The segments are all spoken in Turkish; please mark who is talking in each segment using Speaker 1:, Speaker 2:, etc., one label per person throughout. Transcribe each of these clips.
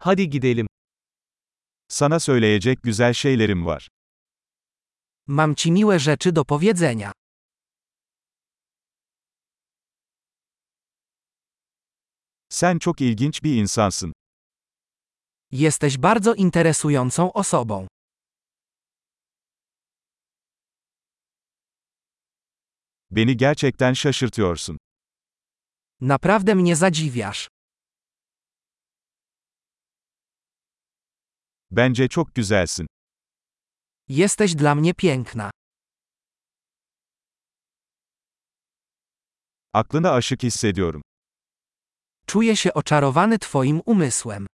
Speaker 1: Hadi gidelim.
Speaker 2: Sana söyleyecek güzel şeylerim var.
Speaker 3: Mam ci miłe rzeczy do powiedzenia.
Speaker 2: Sen çok ilginç bir insansın.
Speaker 3: Jesteś bardzo interesującą osobą.
Speaker 2: Beni gerçekten şaşırtıyorsun.
Speaker 3: Naprawdę mnie zadziwiasz.
Speaker 2: Bence çok güzelsin.
Speaker 3: Jesteś dla mnie piękna.
Speaker 2: Aklına aşık hissediyorum.
Speaker 3: Czuję się oczarowany Twoim umysłem.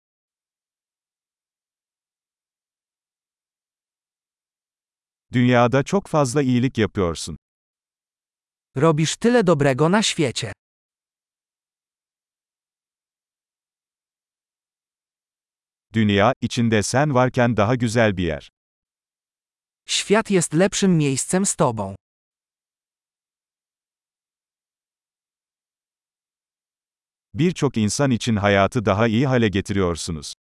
Speaker 2: Dünyada çok fazla iyilik yapıyorsun.
Speaker 3: Robisz tyle dobrego na świecie.
Speaker 2: Dünya, içinde sen varken daha güzel bir yer.
Speaker 3: Świat jest lepszym miejscem z Tobą.
Speaker 2: Birçok insan için hayatı daha iyi hale getiriyorsunuz.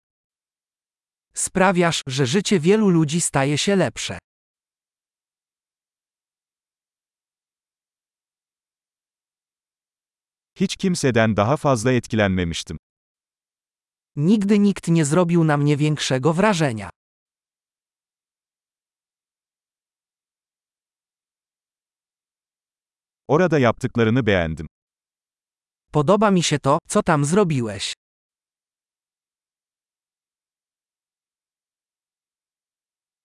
Speaker 3: Sprawiasz, że życie wielu ludzi staje się lepsze.
Speaker 2: Hiç kimseden daha fazla etkilenmemiştim.
Speaker 3: Nigdy nikt nie zrobił na mnie większego wrażenia.
Speaker 2: Orada yaptıklarını beğendim.
Speaker 3: Podoba mi się to, co tam zrobiłeś.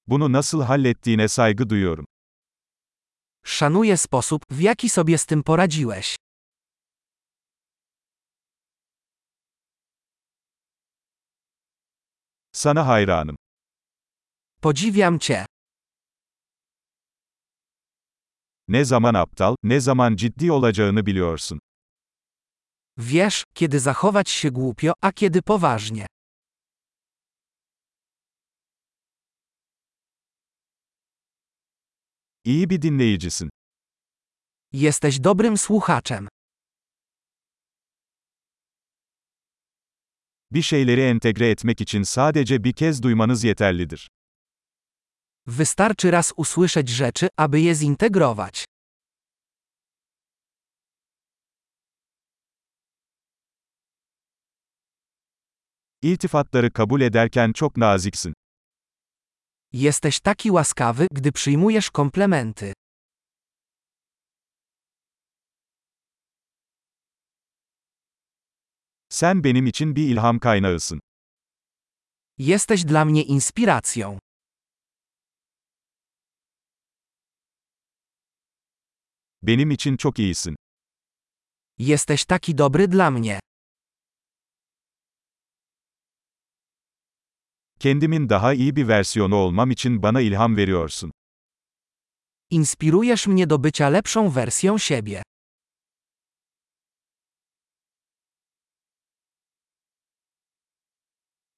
Speaker 2: Bunu nasıl hallettiğine saygı duyuyorum.
Speaker 3: Szanuję sposób, w jaki sobie z tym poradziłeś.
Speaker 2: Sana hayranım.
Speaker 3: Podziwiam cię.
Speaker 2: Ne zaman aptal, ne zaman ciddi olacağını biliyorsun.
Speaker 3: Wiesz, kiedy zachować się głupio, a kiedy poważnie.
Speaker 2: İyi bir dinleyicisin.
Speaker 3: Jesteś dobrym słuchaczem.
Speaker 2: Bir şeyleri entegre etmek için sadece bir kez duymanız yeterlidir.
Speaker 3: Wystarczy raz usłyszeć rzeczy, aby je zintegrować.
Speaker 2: İltifatları kabul ederken çok naziksin.
Speaker 3: Jesteś taki łaskawy, gdy przyjmujesz komplementy.
Speaker 2: Sen benim için bir ilham kaynağısın.
Speaker 3: Jesteś dla mnie inspiracją.
Speaker 2: Benim için çok iyisin.
Speaker 3: Jesteś taki dobry dla mnie.
Speaker 2: Kendimin daha iyi bir versiyonu olmam için bana ilham veriyorsun.
Speaker 3: Inspirujesz mnie do bycia lepszą wersją siebie.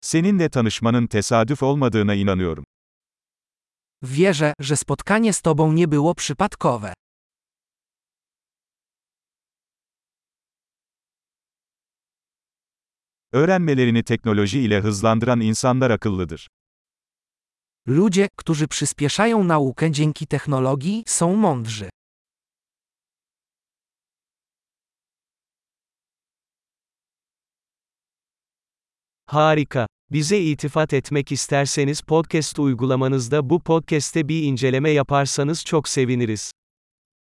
Speaker 2: Seninle tanışmanın tesadüf olmadığına inanıyorum.
Speaker 3: Wierzę, że spotkanie z tobą nie było przypadkowe.
Speaker 2: Öğrenmelerini teknoloji ile hızlandıran insanlar akıllıdır.
Speaker 3: Ludzie, którzy przyspieszają naukę dzięki technologii, są mądrzy.
Speaker 1: Harika. Bize itifat etmek isterseniz podcast uygulamanızda bu podcast'te bir inceleme yaparsanız çok seviniriz.